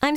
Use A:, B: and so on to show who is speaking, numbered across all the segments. A: I'm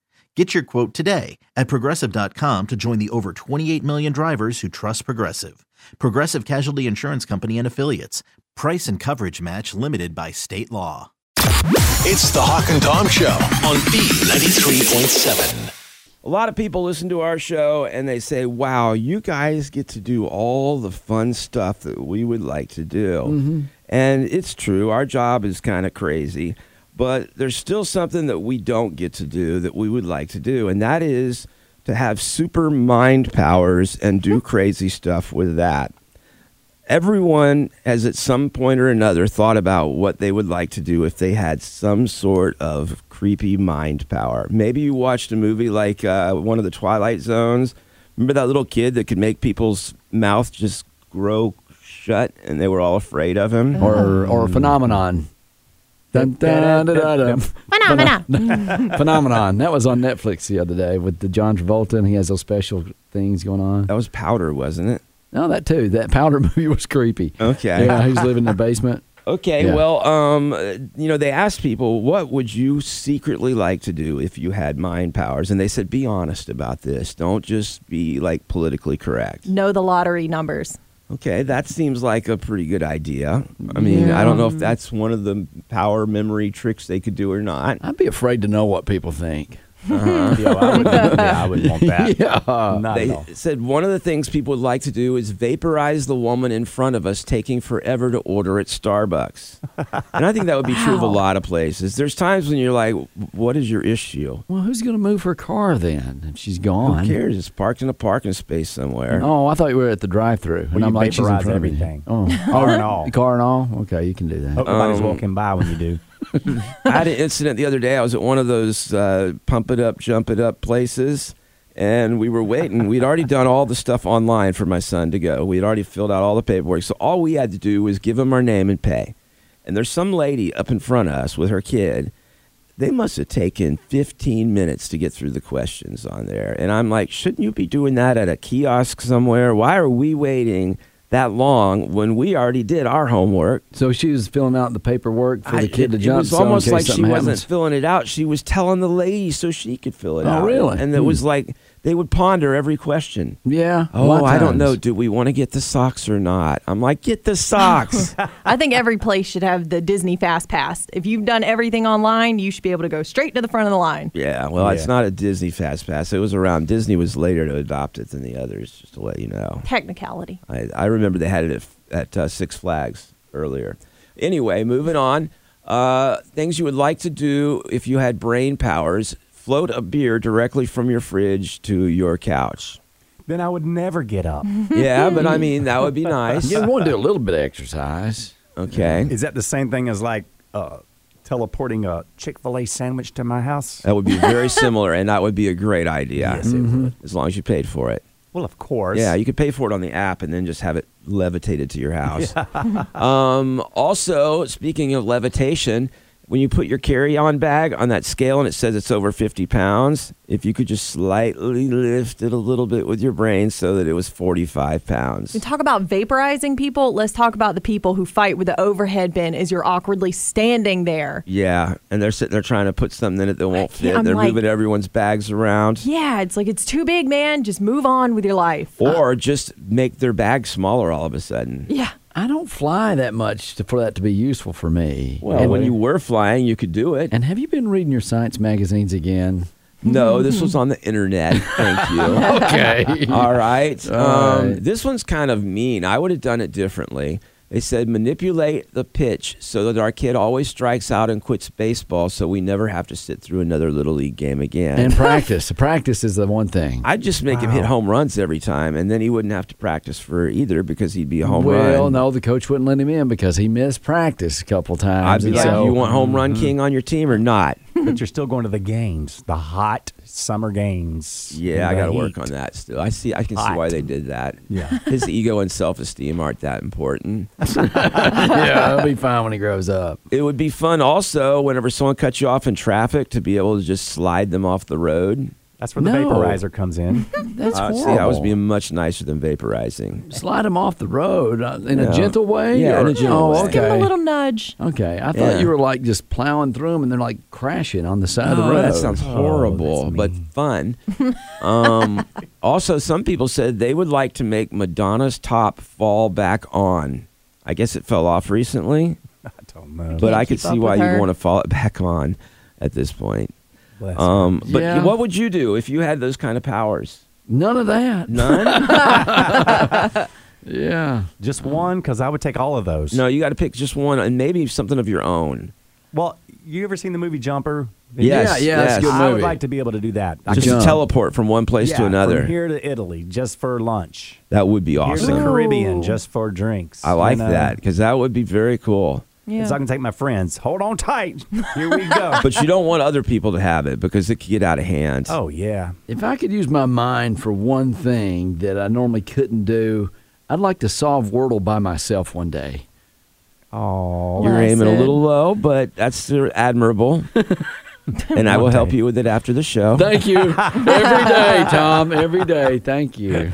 B: Get your quote today at progressive.com to join the over 28 million drivers who trust Progressive. Progressive Casualty Insurance Company and Affiliates. Price and coverage match limited by state law.
C: It's the Hawk and Tom Show on B93.7.
D: A lot of people listen to our show and they say, wow, you guys get to do all the fun stuff that we would like to do. And it's true, our job is kind of crazy, but there's still something that we don't get to do that we would like to do, and that is to have super mind powers and do crazy stuff with that. Everyone has at some point or another thought about what they would like to do if they had some sort of creepy mind power. Maybe you watched a movie like uh, one of the Twilight Zones. Remember that little kid that could make people's mouth just grow shut and they were all afraid of him?
E: or or phenomenon. Dun, dun, dun, dun, dun. Phenomenon. phenomenon. That was on Netflix the other day with the John Travolta, and he has those special things going on.
D: That was powder, wasn't it?
E: No, that too. That powder movie was creepy.
D: Okay.
E: Yeah, he's living in the basement.
D: Okay,
E: Yeah.
D: well, um, uh, you know, they asked people, what would you secretly like to do if you had mind powers? And they said, be honest about this. Don't just be like politically correct.
F: know the lottery numbers.
D: Okay, that seems like a pretty good idea. I mean, I don't know if that's one of the power memory tricks they could do or not.
E: I'd be afraid to know what people think.
G: Yeah, well, I wouldn't, yeah, I wouldn't want that.
E: Yeah.
G: Uh, Not at
D: They
G: all.
D: said one of the things people would like to do is vaporize the woman in front of us, taking forever to order at Starbucks. and I think that would be true of a
F: Wow.
D: lot of places. There's times when you're like, what is your issue?
E: Well, who's going to move her car then if she's gone?
D: Who cares? It's parked in a parking space somewhere.
E: Oh, I thought you were at the drive-through, and
G: you
E: I'm like, she's in
G: vaporize
E: front of me.
G: everything. Oh.
E: Oh,
G: Car and all.
E: car and all. Okay, you can do that.
G: Hope nobody's walking by when you do.
D: I had an incident the other day. I was at one of those uh, pump it up, jump it up places, and we were waiting. We'd already done all the stuff online for my son to go. We'd already filled out all the paperwork. So all we had to do was give him our name and pay. And there's some lady up in front of us with her kid. They must have taken 15 minutes to get through the questions on there. And I'm like, shouldn't you be doing that at a kiosk somewhere? Why are we waiting that long when we already did our homework?
E: So she was filling out the paperwork for
D: I-
E: the kid to
D: it-
E: jump.
D: It was
E: so in
D: almost
E: case
D: like she
E: something
D: wasn't
E: happens-
D: filling it out. She was telling the lady so she could fill it
E: Oh,
D: out.
E: really?
D: And it
E: Hmm.
D: was like they would ponder every question.
E: Yeah. a lot
D: Oh,
E: of
D: I don't
E: times.
D: know. Do we want to get the socks or not? I'm like, get the socks.
F: I think every place should have the Disney Fast Pass. If you've done everything online, you should be able to go straight to the front of the line.
D: yeah. Well, it's
G: Yeah.
D: not a Disney Fast Pass. It was around. Disney was later to adopt it than the others, just to let you know.
F: Technicality.
D: I, I remember they had it at, at uh, Six Flags earlier. Anyway, moving on. Uh, things you would like to do if you had brain powers float a beer directly from your fridge to your couch.
G: Then I would never get up.
D: Yeah, but I mean, that would be nice.
E: You want to do a little bit of exercise.
D: Okay.
G: Is that the same thing as like uh, teleporting a Chick Fil A sandwich to my house?
D: That would be very similar, and that would be a great idea. Mm-hmm.
G: Yes, it would.
D: As long as you paid for it.
G: Well, of course.
D: Yeah, you could pay for it on the app and then just have it levitated to your house. um, also, speaking of levitation, when you put your carry on bag on that scale and it says it's over 50 pounds, if you could just slightly lift it a little bit with your brain so that it was 45 pounds.
F: We talk about vaporizing people. Let's talk about the people who fight with the overhead bin as you're awkwardly standing there.
D: Yeah, and they're sitting there trying to put something in it that won't
F: can't-
D: fit.
F: I'm
D: they're
F: like-
D: moving everyone's bags around.
F: Yeah, it's like it's too big, man. Just move on with your life.
D: Or just make their bag smaller all of a sudden.
F: yeah.
E: I don't fly that much to, for that to be useful for me.
D: Well, eh.
E: and,
D: when you were flying, you could do it.
E: and have you been reading your science magazines again?
D: No, this was on the internet. Thank you.
E: Okay.
D: All right.
E: All
D: Um,
E: right.
D: This one's kind of mean. I would have done it differently. They said manipulate the pitch so that our kid always strikes out and quits baseball, so we never have to sit through another little league game again.
E: And practice. practice is the one thing.
D: I'd just make him hit home runs every time, and then he wouldn't have to practice for either because he'd be a home run.
E: well, no, the coach wouldn't let him in because he missed practice a couple
D: I'd
E: times.
D: be
E: and
D: like,
E: so- mm-hmm.
D: you want home run king on your team or not?
G: but you're still going to the games, the hot summer games.
D: Yeah, I
G: in the
D: got to work
G: heat.
D: on that still. I see. I can see why
G: Hot.
D: they did that.
G: Yeah.
D: his ego and self esteem aren't that important.
E: yeah, he'll be fine when he grows up.
D: It would be fun also whenever someone cuts you off in traffic to be able to just slide them off the road.
G: That's where the
E: No.
G: vaporizer comes in.
E: That's
D: Uh,
E: horrible.
D: see, I was being much nicer than vaporizing.
E: Slide him off the road uh, in
D: Yeah.
E: a gentle way.
D: Yeah, in a
E: or-
D: gentle
E: oh,
D: way.
F: Just give him
E: okay.
F: a little nudge.
E: Okay, I thought
D: Yeah.
E: you were like just plowing through them and they're like crashing on the side of the
D: Oh,
E: road.
D: that sounds horrible, but fun. um, also, some people said they would like to make Madonna's top fall back on. I guess it fell off recently,
G: I don't know.
D: but I
F: keep
D: could
F: up
D: see why
F: with
D: you'd
F: her.
D: want to fall it back on at this point.
G: Bless her.
D: Um, but
E: Yeah.
D: what would you do if you had those kind of powers?
E: None of that.
D: None?
E: Yeah.
G: Just one, because I would take all of those.
D: no, you got to pick just one and maybe something of your own.
G: Well, you ever seen the movie Jumper?
D: Yes,
E: yeah, yeah, it's
D: yes.
E: a good
G: I would
E: movie.
G: like to be able to do that. I
D: Just
G: could-
E: jump.
D: teleport from one place
G: yeah,
D: to another.
G: From here to Italy, just for lunch.
D: that would be
G: Here to the
D: awesome.
G: Caribbean, just for drinks. uh,
D: I like
G: You know?
D: that because that would be very cool.
F: Yeah.
G: So I can take my friends. Hold on tight. Here we go.
D: But you don't want other people to have it because it could get out of hand.
G: oh yeah,
E: If I could use my mind for one thing that I normally couldn't do, I'd like to solve Wordle by myself one day.
G: oh,
D: You're
F: Bless
D: aiming a
F: it.
D: little low, but that's admirable. and I will help you with it after the show.
E: Thank you. Every day, Tom. Every day. Thank you.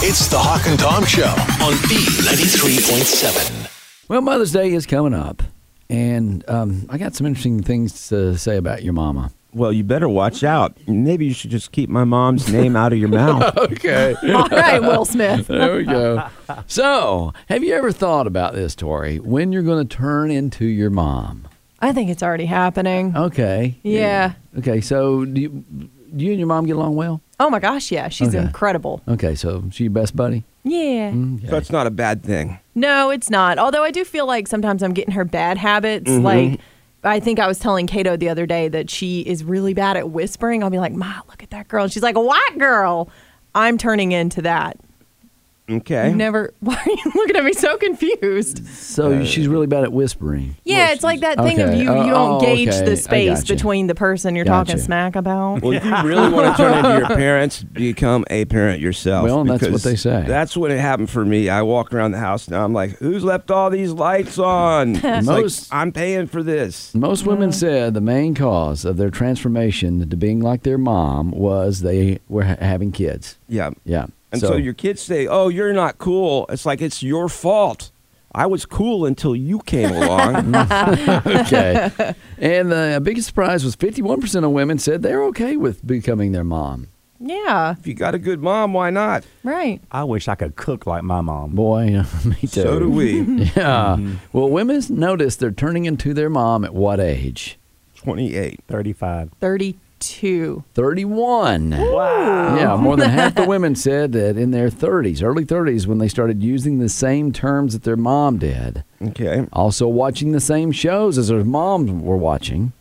C: It's the Hawk and Tom Show on B93.7.
E: Well, Mother's Day is coming up, and um, I got some interesting things to say about your mama.
D: Well, you better watch out. Maybe you should just keep my mom's name out of your mouth.
E: Okay.
F: All right, Will Smith.
E: There we go. So, have you ever thought about this, Tori? When you're going to turn into your mom?
F: I think it's already happening.
E: Oh, Okay.
F: Yeah.
E: Okay. So, do you, do you and your mom get along well?
F: Oh my gosh, yeah. She's
E: Okay. Mm.
F: incredible.
E: Okay. So, she your best buddy?
F: Yeah.
D: That's not a bad thing.
F: No, it's not. Although I do feel like sometimes I'm getting her bad habits.
E: Mm-hmm.
F: Like, I think I was telling Kato the other day that she is really bad at whispering. I'll be like, Ma, look at that girl. And she's like, a white girl. I'm turning into that.
D: Okay.
F: Never. Why are you looking at me so confused?
E: So,
D: Uh,
E: she's really bad at whispering.
F: Yeah, it's like that thing of
E: okay.
F: you,
E: Oh,
F: you don't
E: oh,
F: gauge
E: okay. I
F: the space
E: gotcha.
F: between the person you're talking
E: Gotcha.
F: smack about.
D: Well, if you really want to turn into your parents, become a parent yourself.
E: Well, and that's what
D: because
E: they say.
D: That's what it happened for me. I walk around the house now. I'm like, who's left all these lights on? It's like,
E: Most-
D: I'm paying for this.
E: Most women said the main cause of their transformation to being like their mom was they were ha- having kids.
D: Yeah.
E: Yeah.
D: And so, your kids say, "Oh, you're not cool." It's like it's your fault. I was cool until you came along.
E: okay. And the biggest surprise was 51% of women said they're okay with becoming their mom.
F: Yeah,
D: if you got a good mom, why not?
F: right.
G: I wish I could cook like my mom.
E: Boy, me too.
D: So do we.
E: Yeah. Uh, Well, women notice they're turning into their mom at what age?
D: 28.
G: Thirty-five.
F: 32.
E: 31.
G: Wow.
E: Yeah, more than half the women said that in their 30s, early 30s, when they started using the same terms that their mom did,
D: Okay.
E: also watching the same shows as their moms were watching,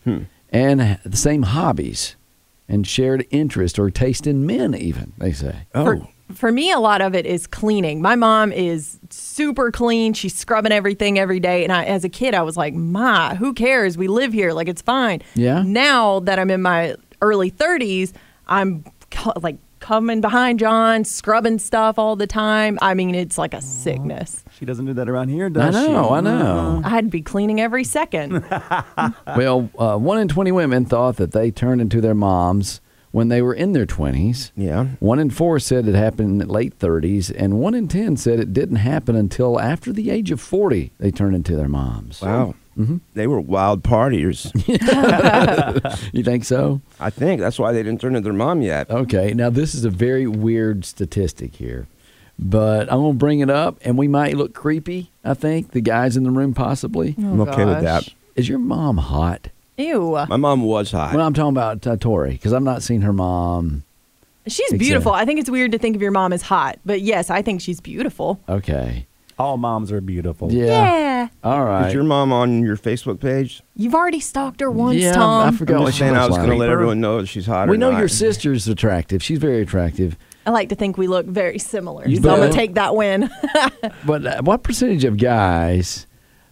E: and the same hobbies, and shared interest or taste in men, even, they say.
D: Oh.
F: For, for me, a lot of it is cleaning. My mom is super clean. She's scrubbing everything every day. And I, as a kid, I was like, Ma, who cares? We live here. Like, it's fine.
E: Yeah.
F: Now that I'm in my early 30s, I'm co- like coming behind John, scrubbing stuff all the time. I mean, it's like a sickness.
G: She doesn't do that around here,
E: I
G: does she?
E: know, I know.
F: I'd be cleaning every second.
E: Well, uh, one in 20 women thought that they turned into their moms when they were in their 20s.
D: Yeah.
E: One in four said it happened in the late 30s, and one in 10 said it didn't happen until after the age of 40 they turned into their moms.
D: Wow.
E: Mm-hmm.
D: They were wild partiers.
E: You think so?
D: I think that's why they didn't turn to their mom yet.
E: Okay, now this is a very weird statistic here, but I'm going to bring it up, and we might look creepy, I think, the guys in the room possibly.
D: I'm okay with that.
F: gosh.
E: Is your mom hot?
F: Ew.
D: My mom was hot.
E: Well, I'm talking about uh, Tori, because I've not seen her mom.
F: She's
E: Exactly.
F: beautiful. I think it's weird to think of your mom as hot, but yes, I think she's beautiful.
E: Okay.
G: All moms are beautiful.
E: Yeah.
F: Yeah.
E: All right.
D: Is your mom on your Facebook page?
F: You've already stalked her once,
E: yeah,
F: Tom.
E: I forgot
D: I'm
E: what
D: just
E: she
D: saying I
E: looks
D: was going to
E: like.
D: let everyone know that she's hot.
E: We
D: or
E: know
D: not.
E: your sister's attractive. She's very attractive.
F: I like to think we look very similar.
E: You
F: so I'm
E: do.
F: gonna take that win.
E: But uh, what percentage of guys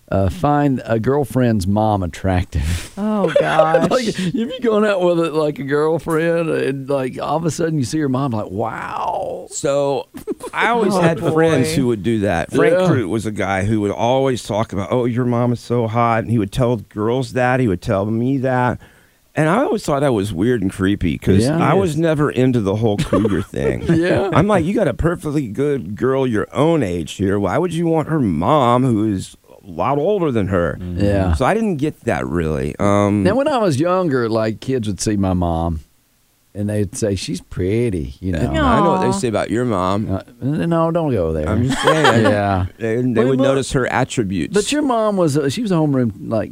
E: uh, find a girlfriend's mom attractive?
F: oh gosh.
E: like, if you're going out with it, like a girlfriend, and like all of a sudden you see her mom, like, wow.
D: So I always had friends who would do that. Frank
E: Oh, Yeah.
D: Crute was a guy who would always talk about, "Oh, your mom is so hot," and he would tell girls that. He would tell me that. And I always thought that was weird and creepy because
E: Yeah.
D: I was never into the whole cougar thing.
E: Yeah.
D: I'm like, you got a perfectly good girl your own age here. Why would you want her mom, who is a lot older than her?
E: Yeah.
D: So I didn't get that really. Um,
E: Now, when I was younger, like kids would see my mom, and they'd say she's pretty, you know.
F: Yeah.
D: I know what they
F: Aw.
D: say about your mom.
E: Uh, no, don't go there.
D: I'm just saying.
E: yeah.
D: They, they
E: Wait,
D: would
E: what?
D: notice her attributes.
E: But your mom was a, she was a homeroom like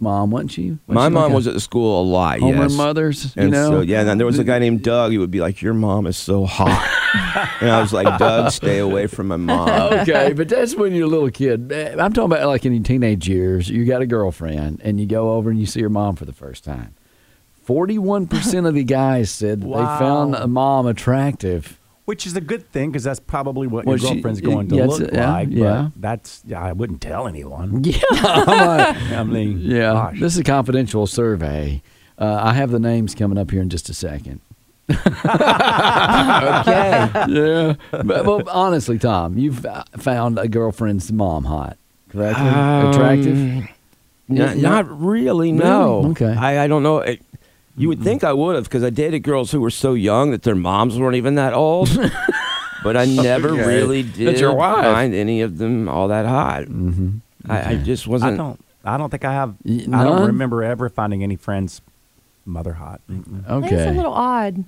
E: mom, wasn't she? Wasn't
D: My
E: she like
D: mom
E: a
D: was at the school a lot.
E: homeroom
D: yes.
E: mothers, you
D: And
E: know.
D: so, yeah, and then there was a guy named Doug. He would be like, "Your mom is so hot," and I was like, "Doug, stay away from my mom."
E: okay, but that's when you're a little kid. Eh, I'm talking about like in your teenage years, you got a girlfriend and you go over and you see your mom for the first time. 41% of the guys said that they found
G: Wow.
E: a mom attractive.
G: Which is a good thing because that's probably what
E: Well,
G: your
E: she-
G: girlfriend's going to
E: yeah, it's-
G: look
E: yeah,
G: like.
E: yeah.
G: But that's, yeah, I wouldn't tell anyone.
E: Yeah. I'm like,
G: I mean,
E: yeah.
G: gosh.
E: This is a confidential survey. Uh, I have the names coming up here in just a second. okay. Yeah. But, but honestly, Tom, you've uh, found a girlfriend's mom hot, correct?
D: Um,
E: attractive?
D: not, not really. No.
E: Really? Okay. Mm-hmm.
D: I, I don't know. It, you would think I would have because I dated girls who were so young that their moms weren't even that old. but I never really did
E: your wife.
D: find any of them all that hot. Mm-hmm. I, I just wasn't.
G: I don't. I don't think I have.
E: Y-
G: I
E: none?
G: don't remember ever finding any friends mother hot. Mm-mm.
F: That's a
E: Okay.
F: little odd.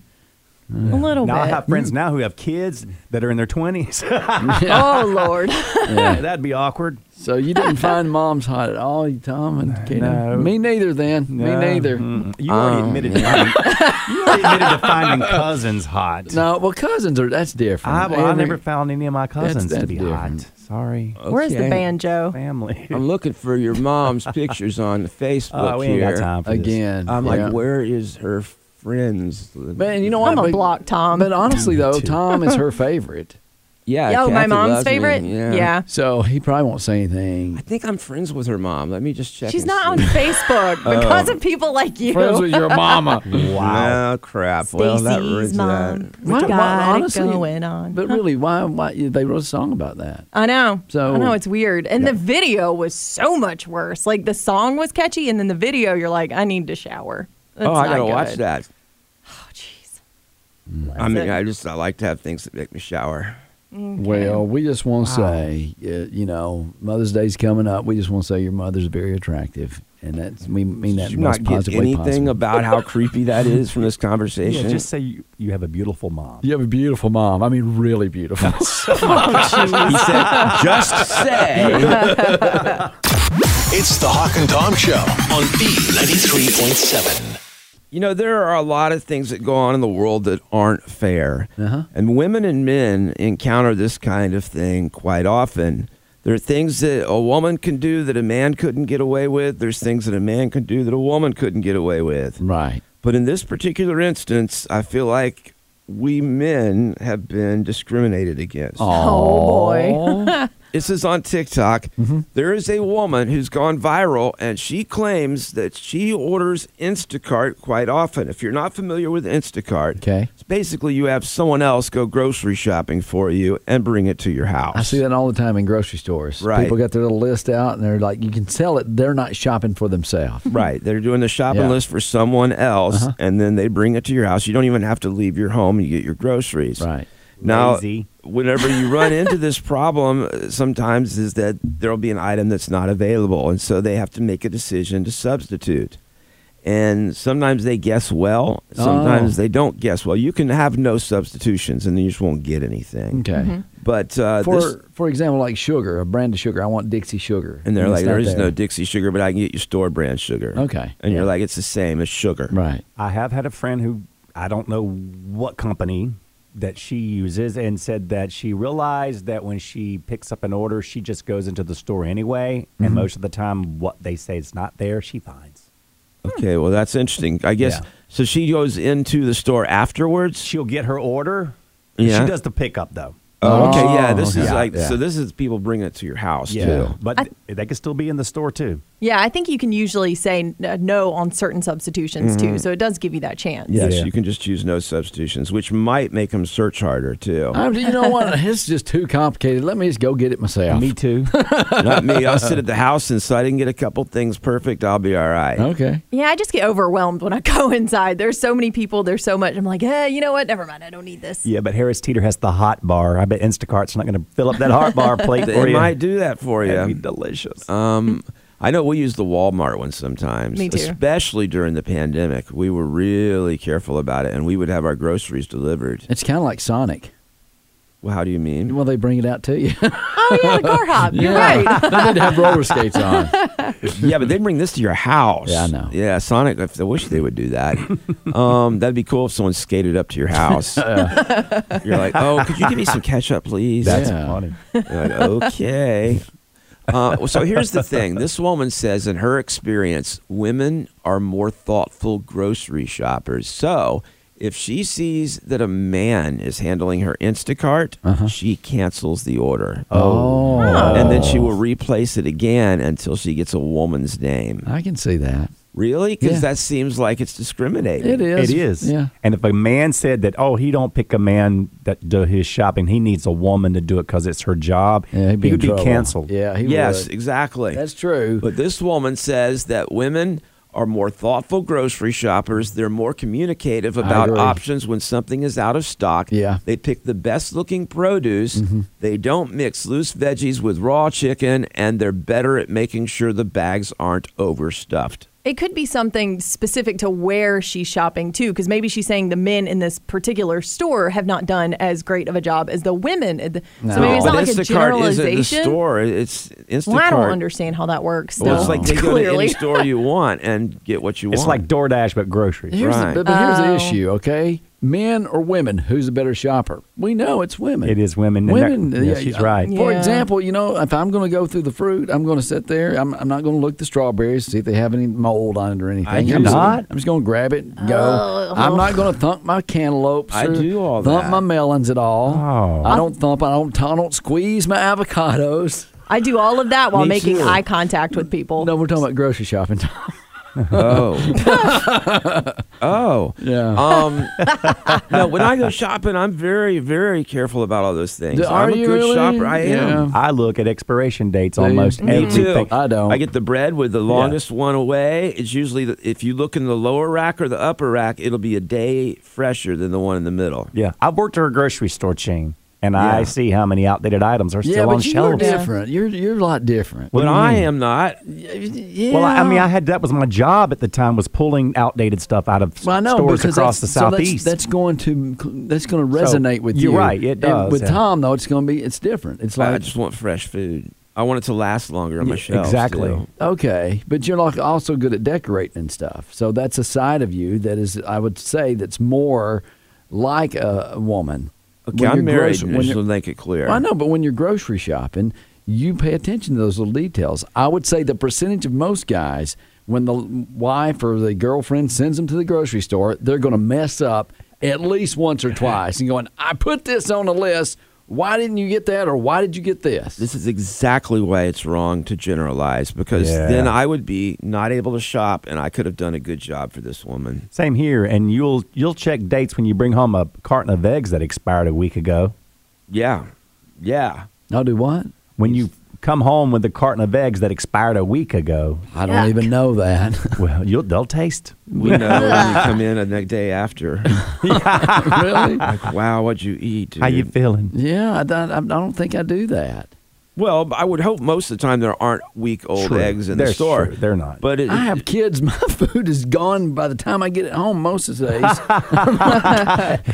F: A little
G: Now I
F: bit.
G: have friends now who have kids that are in their twenties.
F: Oh Lord.
E: Yeah.
G: That'd be awkward.
E: So you didn't find moms hot at all, you Tom and Kato?
G: No.
E: Me neither. Then
G: No. Mm.
E: me neither.
G: Mm-mm. You
E: Um,
G: already admitted. To finding, you already admitted to finding cousins hot.
E: No, well, cousins are that's different.
G: I, well, I
E: Every-
G: never found any of my cousins to
E: that's
G: be
E: different. Oh.
G: hot. Sorry,
F: Where's the
D: Okay.
F: banjo?
G: family.
D: I'm looking for your mom's pictures on Facebook
G: Oh, we ain't
D: here.
G: got time for this.
E: again.
D: I'm
E: yeah.
D: like, where is her friends?
E: Man, you know what?
F: I'm a
E: But-
F: block, Tom.
E: But honestly, though, Tom is her favorite,
D: Yeah.
F: oh,
D: uh,
F: my
D: Kathy
F: mom's
D: loves me,
F: favorite?
D: Yeah.
E: so he probably won't say anything.
D: I think I'm friends with her mom. Let me just check.
F: She's
D: and
F: not on
D: see. Oh.
F: Facebook because of people like you.
E: Friends with your mama.
G: Wow.
D: Oh crap! well, that
F: Stacey's
D: ruins
F: mom.
D: that.
F: We
E: Why-
F: got it
E: honestly,
F: going on.
E: But really, why? Why they wrote a song about that?
F: I know.
E: So-
F: I know it's weird. And the video was so much worse. Like the song was catchy, and then the video, you're like, I need to shower. That's
D: oh, I
F: not
D: gotta watch
F: good.
D: that.
F: Oh, jeez.
D: I mean,
F: it.
D: I just I like to have things that make me shower.
E: Well, we just want to say, uh, you know, Mother's Day's coming up. We just want to say your mother's very attractive, and that's we mean that
D: Did you
E: in the most
D: not get
E: positive way
D: anything
E: possible.
D: about how creepy that is from this
G: Yeah,
D: conversation?
G: just say you, you have a beautiful mom.
E: You have a beautiful mom. I mean, really beautiful.
D: he said, just say.
C: It's the Hawk and Tom Show on B93.7.
D: You know, there are a lot of things that go on in the world that aren't fair. And women and men encounter this kind of thing quite often. There are things that a woman can do that a man couldn't get away with. There's things that a man can do that a woman couldn't get away with.
E: right.
D: But in this particular instance, I feel like we men have been discriminated against.
F: Oh, boy.
D: This is on TikTok.
E: Mm-hmm.
D: There is a woman who's gone viral, and she claims that she orders Instacart quite often. If you're not familiar with Instacart,
E: Okay.
D: it's basically you have someone else go grocery shopping for you and bring it to your house.
E: I see that all the time in grocery stores.
D: Right.
E: People got their little list out, and they're like, you can tell it. They're not shopping for themselves.
D: Right. They're doing the shopping
E: Yeah. Uh-huh.
D: list for someone else, and then they bring it to your house. You don't even have to leave your home. You get your groceries.
E: Right.
D: Now,
G: Lazy.
D: whenever you run into this problem, uh, sometimes is that there'll be an item that's not available, and so they have to make a decision to substitute. And sometimes they guess well, sometimes
E: Oh.
D: they don't guess well. You can have no substitutions, and you just won't get anything.
E: Okay.
D: But uh,
E: For
D: this,
E: for example, like sugar, a brand of sugar. I want Dixie sugar.
D: and they're
E: it's
D: like, there
E: not
D: is no Dixie sugar, but I can get you store brand sugar.
E: Okay.
D: and you're
E: Yeah.
D: like, it's the same as sugar.
E: Right.
G: I have had a friend who I don't know what company that she uses and said that she realized that when she picks up an order, she just goes into the store anyway.
E: Mm-hmm.
G: And most of the time, what they say is not there, she finds.
D: Okay, well that's interesting. I guess
G: Yeah.
D: so. She goes into the store afterwards.
G: She'll get her order.
D: Yeah.
G: She does the pickup, though.
D: Oh, okay, yeah. This is
G: okay.
D: like
G: Yeah.
D: so. This is people bring it to your house too.
G: But they could still be in the store, too.
F: Yeah, I think you can usually say n- uh, no on certain substitutions too, so it does give you that chance.
D: Yes,
G: Yeah.
D: you can just choose no substitutions, which might make them search harder too.
E: I, you know what? It's just too complicated. Let me just go get it myself.
G: Me, too.
D: Not me. I'll sit at the house, and so I didn't get a couple things perfect. I'll be all right.
G: Oh,
E: Okay.
F: Yeah, I just get overwhelmed when I go inside. There's so many people. There's so much. I'm like, eh, you know what? Never mind. I don't need this.
G: yeah, but Harris Teeter has the hot bar. I bet Instacart's not going to fill up that hot bar plate
D: They
G: for you.
D: might do that for you.
G: That'd be delicious.
D: Um, I know we use the Walmart one sometimes,
F: Me too.
D: especially during the pandemic. We were really careful about it, and we would have our groceries delivered.
E: It's kind of like Sonic.
D: Well, how do you mean?
E: Well, they bring it out to you.
F: Oh yeah, the car hop. You're right.
E: Then they'd have roller skates on.
D: yeah, but they bring this to your house.
E: Yeah, I know.
D: Yeah, Sonic. If I wish they would do that. um, that'd be cool if someone skated up to your house. You're like, oh, could you give me some ketchup, please?
G: That's
E: Yeah.
G: funny.
D: You're like, okay. Uh, so here's the thing. This woman says, in her experience, women are more thoughtful grocery shoppers. So if she sees that a man is handling her Instacart, she cancels the order.
E: Uh-huh. Oh.
D: And then she will replace it again until she gets a woman's name.
E: I can see that.
D: Really? Because
E: Yeah.
D: that seems like it's discriminating.
E: It is.
G: It is.
E: Yeah.
G: And if a man said that, oh, he don't pick a man that do his shopping, he needs a woman to do it because it's her job.
E: Yeah, he'd be
G: he
E: in
G: would
E: trouble.
G: be canceled.
E: Yeah, Uh, he
D: Yes,
E: would.
D: exactly.
E: That's true.
D: But this woman says that women are more thoughtful grocery shoppers. They're more communicative about
E: agree.
D: options when something is out of stock.
E: Yeah. Mm-hmm.
D: They pick the best looking produce. They don't mix loose veggies with raw chicken, and they're better at making sure the bags aren't overstuffed.
F: It could be something specific to where she's shopping too, because maybe she's saying the men in this particular store have not done as great of a job as the women. at the- So maybe it's
D: but
F: not like
D: Instacart
F: a
D: isn't the
F: generalization.
D: store. It's Instacart.
F: Well, I don't understand how that works.
D: Well, it's
F: though.
D: like they go to any
F: clearly.
D: store you want and get what you
G: It's
D: want.
G: like DoorDash, but groceries.
E: Here's
D: Right.
E: the, but- but here's the issue, okay? Men or women, who's a better shopper? We know it's women.
G: It is women, and
E: Women.
G: that- yeah, she's right.
E: For
F: Yeah.
E: example, you know, if I'm going to go through the fruit, I'm going to sit there. I'm, I'm not going to look the strawberries see if they have any mold on it or anything.
D: do
E: I'm just-
G: not.
E: I'm just going to grab it and go. I'm not going to thump my cantaloupes.
D: I
E: or
D: do all
E: thump
D: that.
E: my melons at all.
G: Oh.
E: I don't thump. I don't. I don't squeeze my avocados.
F: I do all of that while
D: Me
F: making
D: too.
F: eye contact with people.
E: No, we're talking about grocery shopping.
D: Oh. oh.
E: yeah.
D: Um, no, when I go shopping, I'm very, very careful about all those things.
E: Do-
D: I'm
E: are
D: a
E: you
D: good
E: really?
D: shopper. I am.
E: Yeah.
G: I look at expiration dates
E: Do you?
G: almost
E: Me
D: Me too.
G: everything.
E: I don't.
D: I get the bread with the longest one away. It's usually the, if you look in the lower rack or the upper rack, it'll be a day fresher than the one in the middle.
G: Yeah, I've worked at a grocery store chain, and
D: Yeah.
G: I see how many outdated items are still
E: yeah,
G: on
E: but you're
G: shelves.
E: different. You're you're a lot different.
D: But
G: do you
D: I
G: mean?
D: am not.
E: Yeah.
G: Well, I I mean, I had that was my job at the time was pulling outdated stuff out of
E: Well, I know
G: stores
E: because
G: across the
E: that's- so that's-
G: southeast.
E: that's, going to that's going to resonate with
G: you're
E: you.
G: right, it
E: And
G: does,
E: with
G: yeah.
E: Tom though, it's going to be it's different. It's
D: I
E: like
D: just want fresh food. I want it to last longer on my
G: Yeah,
D: shelf.
G: exactly.
E: okay, but you're like also good at decorating and stuff. So that's a side of you that is, I would say, that's more like a woman.
D: Okay,
E: When
D: I'm
E: you're
D: married.
E: grocer-
D: just
E: when
D: to
E: you're-
D: make it clear.
E: I know, but when you're grocery shopping, you pay attention to those little details. I would say the percentage of most guys, when the wife or the girlfriend sends them to the grocery store, they're going to mess up at least once or twice and going, I put this on the list. Why didn't you get that? Or why did you get this?
D: This is exactly why it's wrong to generalize because
G: Yeah.
D: then I would be not able to shop and I could have done a good job for this woman.
G: Same here, and you'll you'll check dates when you bring home a carton of eggs that expired a week ago.
D: Yeah. Yeah.
E: I'll do what?
G: When you come home with a carton of eggs that expired a week ago,
E: I don't even know that.
G: well, you'll they'll taste.
D: We know when you come in the day after.
E: really?
D: wow, what'd you eat? Dude?
G: How you feeling?
E: Yeah, I, don't- I don't think I do that.
D: Well, I would hope most of the time there aren't week old
G: True.
D: eggs in the
G: They're
D: store.
G: true. They're not.
D: But it,
E: I have kids. My food is gone by the time I get it home most of the days.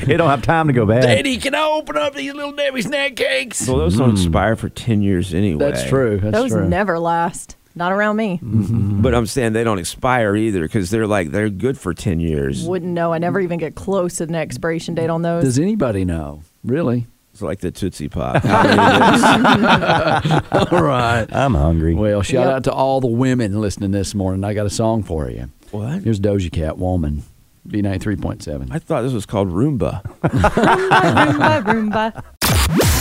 G: You don't have time to go back.
E: Daddy, can I open up these little Debbie snack cakes?
G: Mm.
D: well, those don't expire for 10 years anyway.
E: That's true. That's
F: Those
E: true.
F: never last. Not around me.
G: Mm-hmm.
D: But I'm saying they don't expire either because they're like they're good for ten years.
F: Wouldn't know. I never even get close to an expiration date on those.
E: Does anybody know? Really?
D: It's like the Tootsie Pop. How many it is.
E: All right.
G: I'm hungry.
E: Well, shout
F: Yep.
E: out to all the women listening this morning. I got a song for you.
D: What?
E: Here's Doja Cat, Woman, B93.7.
D: I thought this was called Roomba.
F: Roomba, Roomba.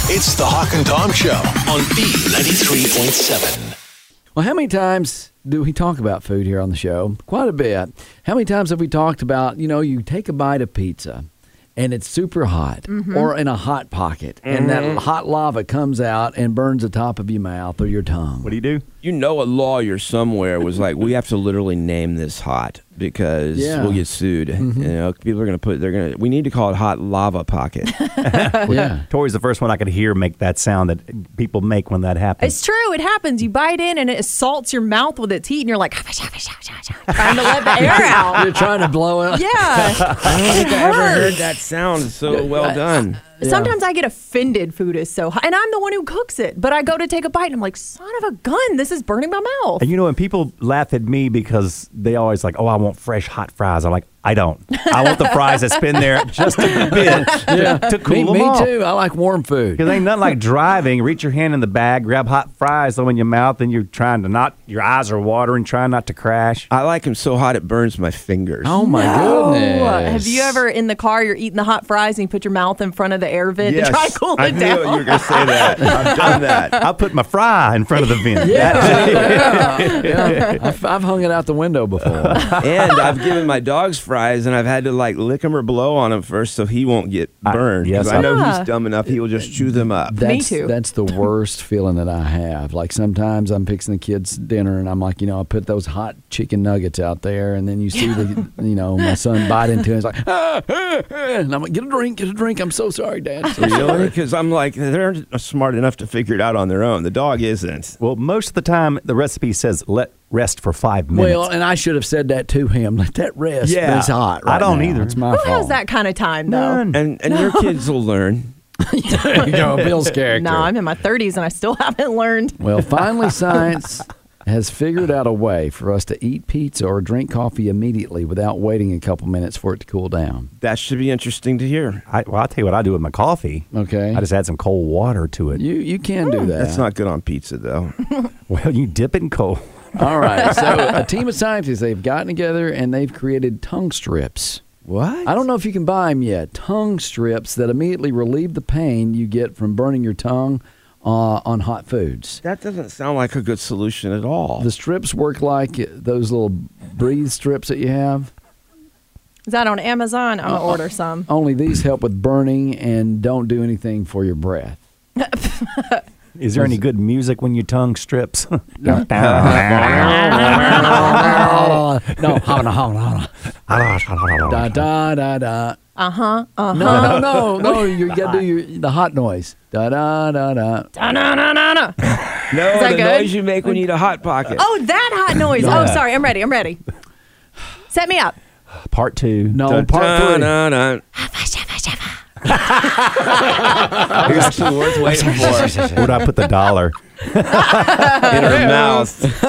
C: It's the Hawk and Tom Show on B93.7.
E: Well, how many times do we talk about food here on the show? Quite a bit. How many times have we talked about, you know, you take a bite of pizza and it's super hot
F: Mm-hmm.
E: or in a hot pocket and that hot lava comes out and burns the top of your mouth or your tongue?
G: do you do?
D: You know, a lawyer somewhere was like, "We have to literally name this hot because
E: Yeah.
D: we'll get sued." You know, people are going to put they're going to. We need to call it hot lava pocket.
E: yeah.
G: Tori's the first one I could hear make that sound that people make when that happens.
F: It's true. It happens. You bite in and it assaults your mouth with its heat, and you're like, trying to let the air out.
E: You're trying to blow it.
F: Yeah.
D: I don't think I ever heard
F: hurts.
D: that sound. So well done.
F: Sometimes I get offended food is so hot, and I'm the one who cooks it. But I go to take a bite, and I'm like, son of a gun, this is burning my mouth.
G: And you know, when people laugh at me because they always like, oh, I want fresh hot fries. I'm like, I don't. I want the fries that's been there just a bit to, to cool
E: me,
G: them
E: me
G: off.
E: too. I like warm food.
G: Because ain't nothing like driving. Reach your hand in the bag, grab hot fries, throw in your mouth, and you're trying to not, your eyes are watering, trying not to crash.
D: I like him so hot it burns my fingers.
E: Oh my goodness!
F: Have you ever in the car you're eating the hot fries and you put your mouth in front of the air vent to try to cool it
D: I knew
F: down?
D: you were going to say that. I've done that.
G: I put my fry in front of the vent.
E: Yeah. I've, I've hung it out the window before.
D: and I've given my dogs fries, and I've had to like lick him or blow on him first so he won't get burned.
G: yes,
D: 'Cause
G: I-
D: I know
F: Yeah.
D: he's dumb enough; he will just chew them up.
E: That's,
F: too.
E: That's the worst feeling that I have. Like sometimes I'm fixing the kids' dinner and I'm like, you know, I put those hot chicken nuggets out there, and then you see the, you know, my son bite into it. And he's like, "Ah, ah, ah," and I'm like, get a drink, get a drink. I'm so sorry, Dad. So sorry.
D: Because I'm like, they're smart enough to figure it out on their own. The dog isn't.
G: Well, most of the time, the recipe says let rest for five minutes.
E: Well, and I should have said that to him. Let that rest. but
G: Yeah.
E: it's hot.
G: I
E: right
G: don't
E: now.
G: either.
E: It's my
F: Who
E: fault.
F: has that kind of time though?
G: None.
D: And and your kids will learn.
E: There you go, Bill's character.
F: No, I'm in my 30s and I still haven't learned.
E: Well, finally, science has figured out a way for us to eat pizza or drink coffee immediately without waiting a couple minutes for it to cool down.
D: That should be interesting to hear.
G: I, well, I'll tell you what I do with my coffee.
E: Okay.
G: I just add some cold water to it.
E: You you can do that.
D: That's not good on pizza, though.
G: Well, you dip it in cold.
E: All right. So a team of scientists they've gotten together and they've created tongue strips.
D: What?
E: I don't know if you can buy them yet. Tongue strips that immediately relieve the pain you get from burning your tongue uh, on hot foods.
D: That doesn't sound like a good solution at all.
E: The strips work like those little breathe strips that you have.
F: Is that on Amazon? I'm gonna order some.
E: Only these help with burning and don't do anything for your breath.
G: Is there any good music when your tongue strips?
E: no, da da da da.
F: Uh huh.
E: No,
F: Uh huh.
E: no, no, no. You gotta do your, the hot noise. Da da da da.
F: No, no, no, no, no.
D: no,
F: that
D: the
F: good?
D: noise you make when you eat a hot pocket.
F: Oh, that hot noise. Oh,
E: Yeah.
F: sorry. I'm ready. I'm ready. Set me up.
G: Part two.
E: No,
D: Dun,
E: part
D: dun,
E: three.
D: dun, dun. It's actually worth waiting for in
G: Where'd I put the dollar?
D: her mouth.
F: Oh,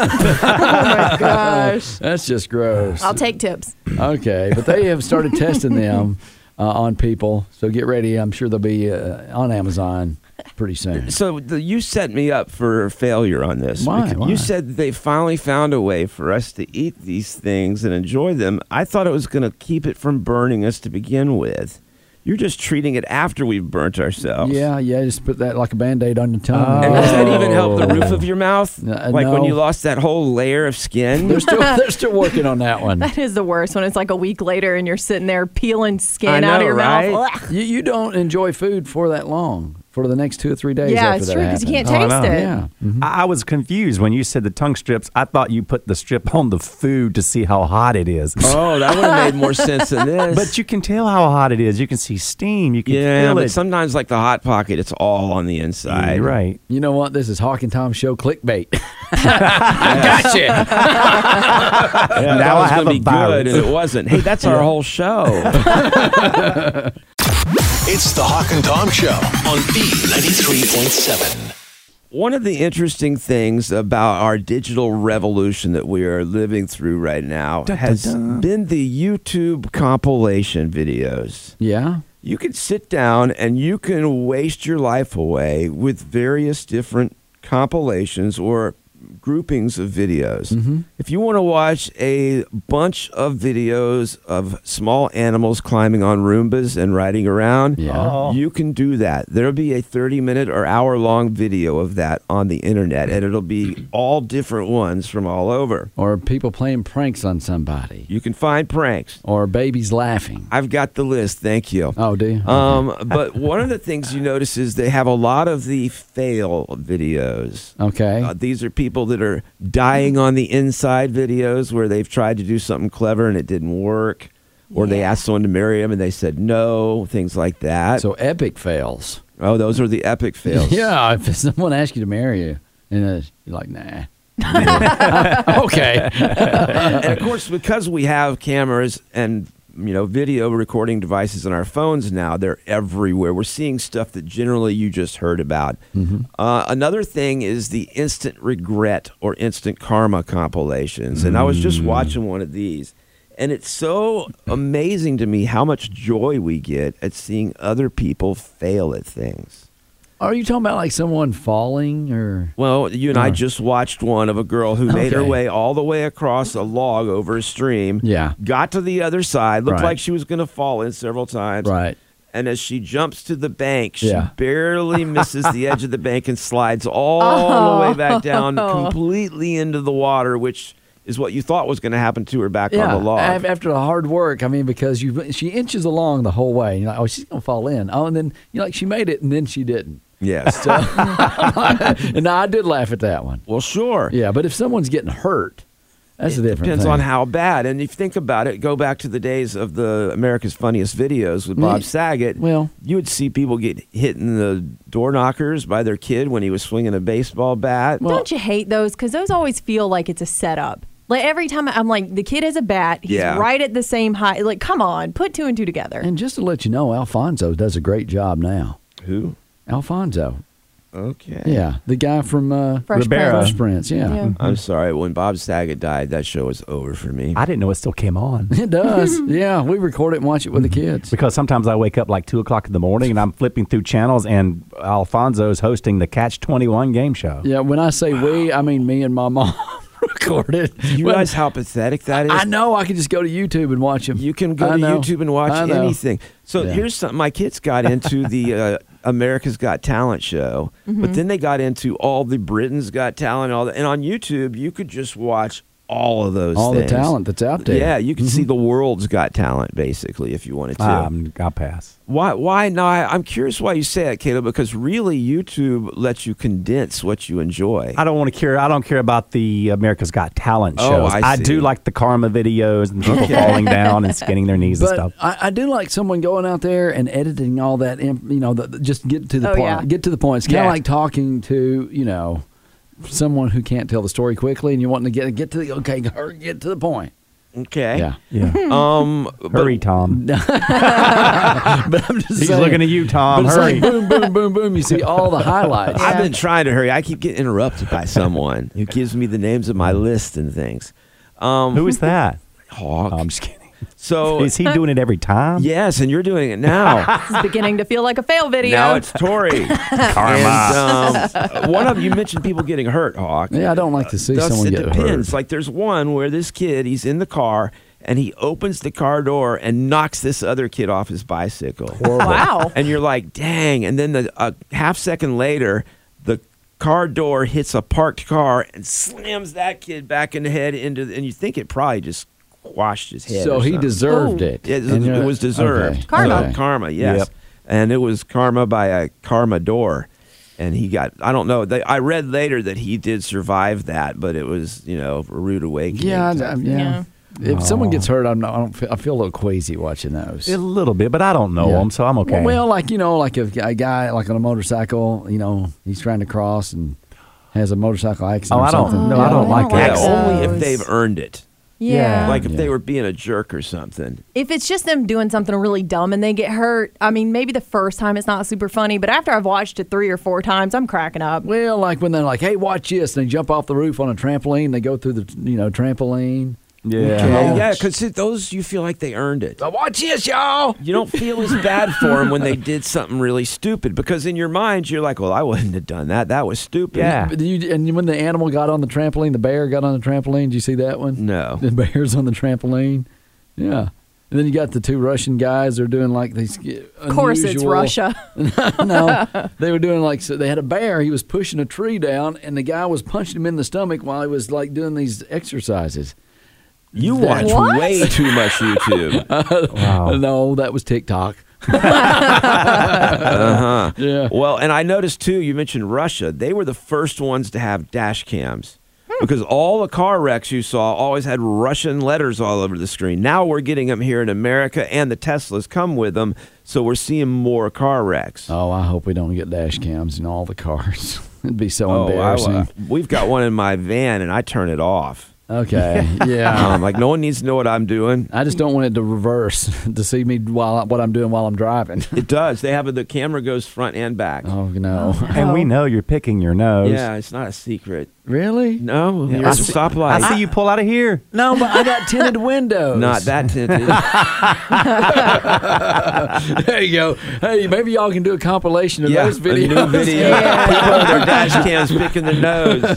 F: Gosh.
E: That's just gross.
F: I'll take tips.
E: Okay, but they have started testing them uh, on people. So get ready. I'm sure they'll be uh, on Amazon pretty soon.
D: So the, you set me up for failure on this.
E: Why?
D: Because
E: Why?
D: You said they finally found a way for us to eat these things and enjoy them. I thought it was going to keep it from burning us to begin with. You're just treating it after we've burnt ourselves.
E: Yeah, yeah. Just put that like a band aid on your tongue.
D: And does Oh. that even help the roof of your mouth?
E: Uh,
D: like when
E: no.
D: you lost that whole layer of skin?
E: They're still they're still working on that one.
F: That is the worst when it's like a week later and you're sitting there peeling
D: I
F: skin out of
D: know,
F: your mouth.
D: right?
F: Ugh.
E: You you don't enjoy food for that long for the next two or three days.
F: Yeah,
E: after
F: it's
E: that
F: true because you
E: happens.
F: can't
G: Oh, I
F: taste
G: know.
F: it.
E: Yeah.
D: Mm-hmm.
G: I, I was confused when you said the tongue strips. I thought you put the strip on the food to see how hot it is.
D: Oh, that would have made more sense than this.
G: But you can tell how hot it is. You can see steam. You can
D: yeah,
G: feel
D: but
G: it.
D: sometimes like the hot pocket, it's all on the inside.
G: You're right.
E: You know what? This is Hawk and Tom show clickbait.
D: Yeah,
G: Now
D: now
G: I
D: was
G: have
D: gonna
G: a
D: be
G: virus.
D: good, and it wasn't. Hey, that's our whole show.
C: It's the Hawk and Tom Show on B93.7.
D: One of the interesting things about our digital revolution that we are living through right now has been the YouTube compilation videos.
E: Yeah.
D: You can sit down and you can waste your life away with various different compilations or groupings of videos. If you want to watch a bunch of videos of small animals climbing on Roombas and riding around,
E: Yeah.
D: you can do that. There'll be a 30 minute or hour long video of that on the internet, and it'll be all different ones from all over.
E: Or people playing pranks on somebody.
D: You can find pranks.
E: Or babies laughing.
D: I've got the list. Thank you.
E: Oh, do you?
D: Um, but one of the things you notice is they have a lot of the fail videos.
E: Okay.
D: Uh, these are people that are dying on the inside videos where they've tried to do something clever and it didn't work, or they asked someone to marry them and they said no, things like that.
E: so epic fails.
D: oh, those are the epic fails.
E: Yeah, if someone asks you to marry you, and uh, you're like, nah. okay.
D: and of course, because we have cameras and you know video recording devices on our phones now, they're everywhere. We're seeing stuff that generally you just heard about. Uh, another thing is the instant regret or instant karma compilations, and I was just watching one of these. And it's so amazing to me how much joy we get at seeing other people fail at things.
E: Are you talking about like someone falling or?
D: Well, you and I just watched one of a girl who made her
E: Okay.
D: way all the way across a log over a stream.
E: Yeah.
D: Got to the other side, looked
E: Right.
D: like she was going to fall in several times.
E: Right.
D: And as she jumps to the bank, she
E: Yeah.
D: barely misses the edge of the bank and slides all the way back down
E: Oh.
D: completely into the water, which is what you thought was going to happen to her back on the log.
E: af- After the hard work, I mean, because you she inches along the whole way, and you're like, oh, she's gonna fall in. Oh, and then you're like, she made it, and then she didn't.
D: yes.
E: and I did laugh at that one.
D: well, sure.
E: Yeah, but if someone's getting hurt, that's a different.
D: Depends
E: thing.
D: on how bad. And if you think about it, go back to the days of the America's Funniest Videos with Bob
E: Mm.
D: Saget.
E: Well-
D: you would see people get hit in the door knockers by their kid when he was swinging a baseball bat.
F: Don't you hate those? Because those always feel like it's a setup. Like every time I'm like, the kid has a bat. He's
D: Yeah.
F: right at the same height. Like, come on, put two and two together.
E: And just to let you know, Alfonso does a great job now.
D: Who?
E: Alfonso,
D: Okay.
E: yeah, the guy from uh,
F: Fresh
G: Rivera.
F: Prince.
E: Fresh Prince, yeah.
F: Yeah.
D: I'm sorry. When Bob Saget died, that show was over for me.
G: I didn't know it still came on.
E: It does. yeah, we record it and watch it with the kids.
G: Because sometimes I wake up like two o'clock in the morning and I'm flipping through channels and Alfonso's hosting the Catch 21 game show.
E: Yeah, when I say we, I mean me and my mom record it.
D: you
E: Well,
D: realize how pathetic that is?
E: I know I can just go to YouTube and watch them.
D: You can go to YouTube and watch anything. So
E: Yeah.
D: here's something. My kids got into the uh, America's Got Talent show,
E: Mm-hmm.
D: but then they got into all the Britain's Got Talent, all that. And on YouTube, you could just watch all of those.
E: All
D: things.
E: the talent that's out there. Mm-hmm.
D: Yeah, you can see the world's Got Talent basically if you wanted to.
G: Um, I'll pass.
D: why? Why? No, I, I'm curious why you say that, Caleb. Because really, YouTube lets you condense what you enjoy.
G: I don't want to care. I don't care about the America's Got Talent
D: Oh,
G: shows.
D: I see.
G: do like the karma videos and people falling down and skinning their knees and
E: But
G: stuff.
E: I, I do like someone going out there and editing all that. imp- You know, the, the- just get to the
F: Oh,
E: point.
F: yeah.
E: Get to the point. It's kind of
G: Yeah.
E: like talking to you know someone who can't tell the story quickly, and you want to get get to the okay, hurry, get to the point.
D: okay.
E: Yeah,
G: Yeah.
D: Um.
G: Hurry, Tom.
E: but I'm just
G: He's
E: saying,
G: looking at you, Tom.
E: But it's like
G: Hurry.
E: boom, boom, boom, boom. You see all the highlights.
D: I've been trying to hurry. I keep getting interrupted by someone who gives me the names of my list and things. Um,
G: Who is that?
D: Hawk.
E: Um,
G: Oh, I'm just kidding.
D: so
G: Is he doing it every time?
D: yes, and you're doing it now.
F: This is beginning to feel like a fail video.
D: now it's Tori. Karma. And, um, one of you mentioned people getting hurt, Hawk.
E: yeah, I don't like to see
D: Thus,
E: someone
D: it
E: get
D: depends.
E: hurt.
D: Like there's one where this kid, he's in the car and he opens the car door and knocks this other kid off his bicycle.
F: wow.
D: and you're like, dang. And then the a half second later, the car door hits a parked car and slams that kid back in the head into, the, and you think it probably just quashed his head.
E: So
D: or
E: he
D: something.
E: deserved
F: Oh.
E: it.
D: It, it
E: And you're-
D: was deserved.
E: okay,
F: Karma.
E: okay.
D: So, karma, yes.
G: Yep.
D: And it was karma by a karma door. And he got, I don't know. They, I read later that he did survive that, but it was, you know, a rude awakening.
E: Yeah, I- I-
D: type.
E: yeah. If someone gets hurt, I'm not, I don't. Feel, I feel a little queasy watching those.
G: A little bit, but I don't know
E: Yeah.
G: him, so Oh, I'm okay.
E: Well, like you know, like if a guy like on a motorcycle, you know, he's trying to cross and has a motorcycle accident.
G: Oh,
E: or
G: I don't-
E: something.
G: no, I
E: Yeah,
G: don't like
D: Yeah,
G: that.
D: only if
F: those.
D: they've earned it.
F: Yeah.
D: Like if
E: Yeah.
D: they were being a jerk or something.
F: if it's just them doing something really dumb and they get hurt, I mean, maybe the first time it's not super funny, but after I've watched it three or four times, I'm cracking up.
E: Well, like when they're like, "Hey, watch this!" and they jump off the roof on a trampoline. They go through the you know trampoline.
G: Yeah.
D: Yeah, because those you feel like they earned it.
E: Now watch this, y'all.
D: You don't feel as bad for them when they did something really stupid because in your mind you're like, well, I wouldn't have done that. That was stupid.
G: Yeah.
E: But you, and when the animal got on the trampoline, the bear got on the trampoline. Did you see that one?
D: No.
E: The bear's on the trampoline. Yeah. And then you got the two Russian guys. They're doing like these.
F: Of course, it's Russia.
E: no, they were doing like so. They had a bear. He was pushing a tree down, and the guy was punching him in the stomach while he was like doing these exercises.
D: You watch
F: What?
D: way too much YouTube.
G: Wow.
E: No, that was TikTok.
D: Uh-huh.
E: Yeah.
D: Well, and I noticed too, you mentioned Russia. They were the first ones to have dash cams.
G: Hmm.
D: Because all the car wrecks you saw always had Russian letters all over the screen. Now we're getting them here in America, and the Teslas come with them, so we're seeing more car wrecks.
E: Oh, I hope we don't get dash cams in all the cars. It'd be so
D: Oh, I-
E: embarrassing.
D: uh, we've got one in my van, and I turn it off.
E: Okay, yeah.
D: Um, like no one needs to know what I'm doing.
E: I just don't want it to reverse to see me while what I'm doing while I'm driving.
D: It does. They have the camera goes front and back.
E: Oh no!
G: And we know you're picking your nose.
D: Yeah, it's not a secret.
E: Really?
D: No,
G: Yeah,
D: you're
G: I
D: at a
G: see-
D: stoplight.
G: I see you pull out of here.
E: No, but I got tinted windows.
D: Not that tinted.
E: There you go. Hey, maybe y'all can do a compilation of
D: yeah,
E: those
D: a new
E: videos.
D: video. People with their dash cams picking their nose.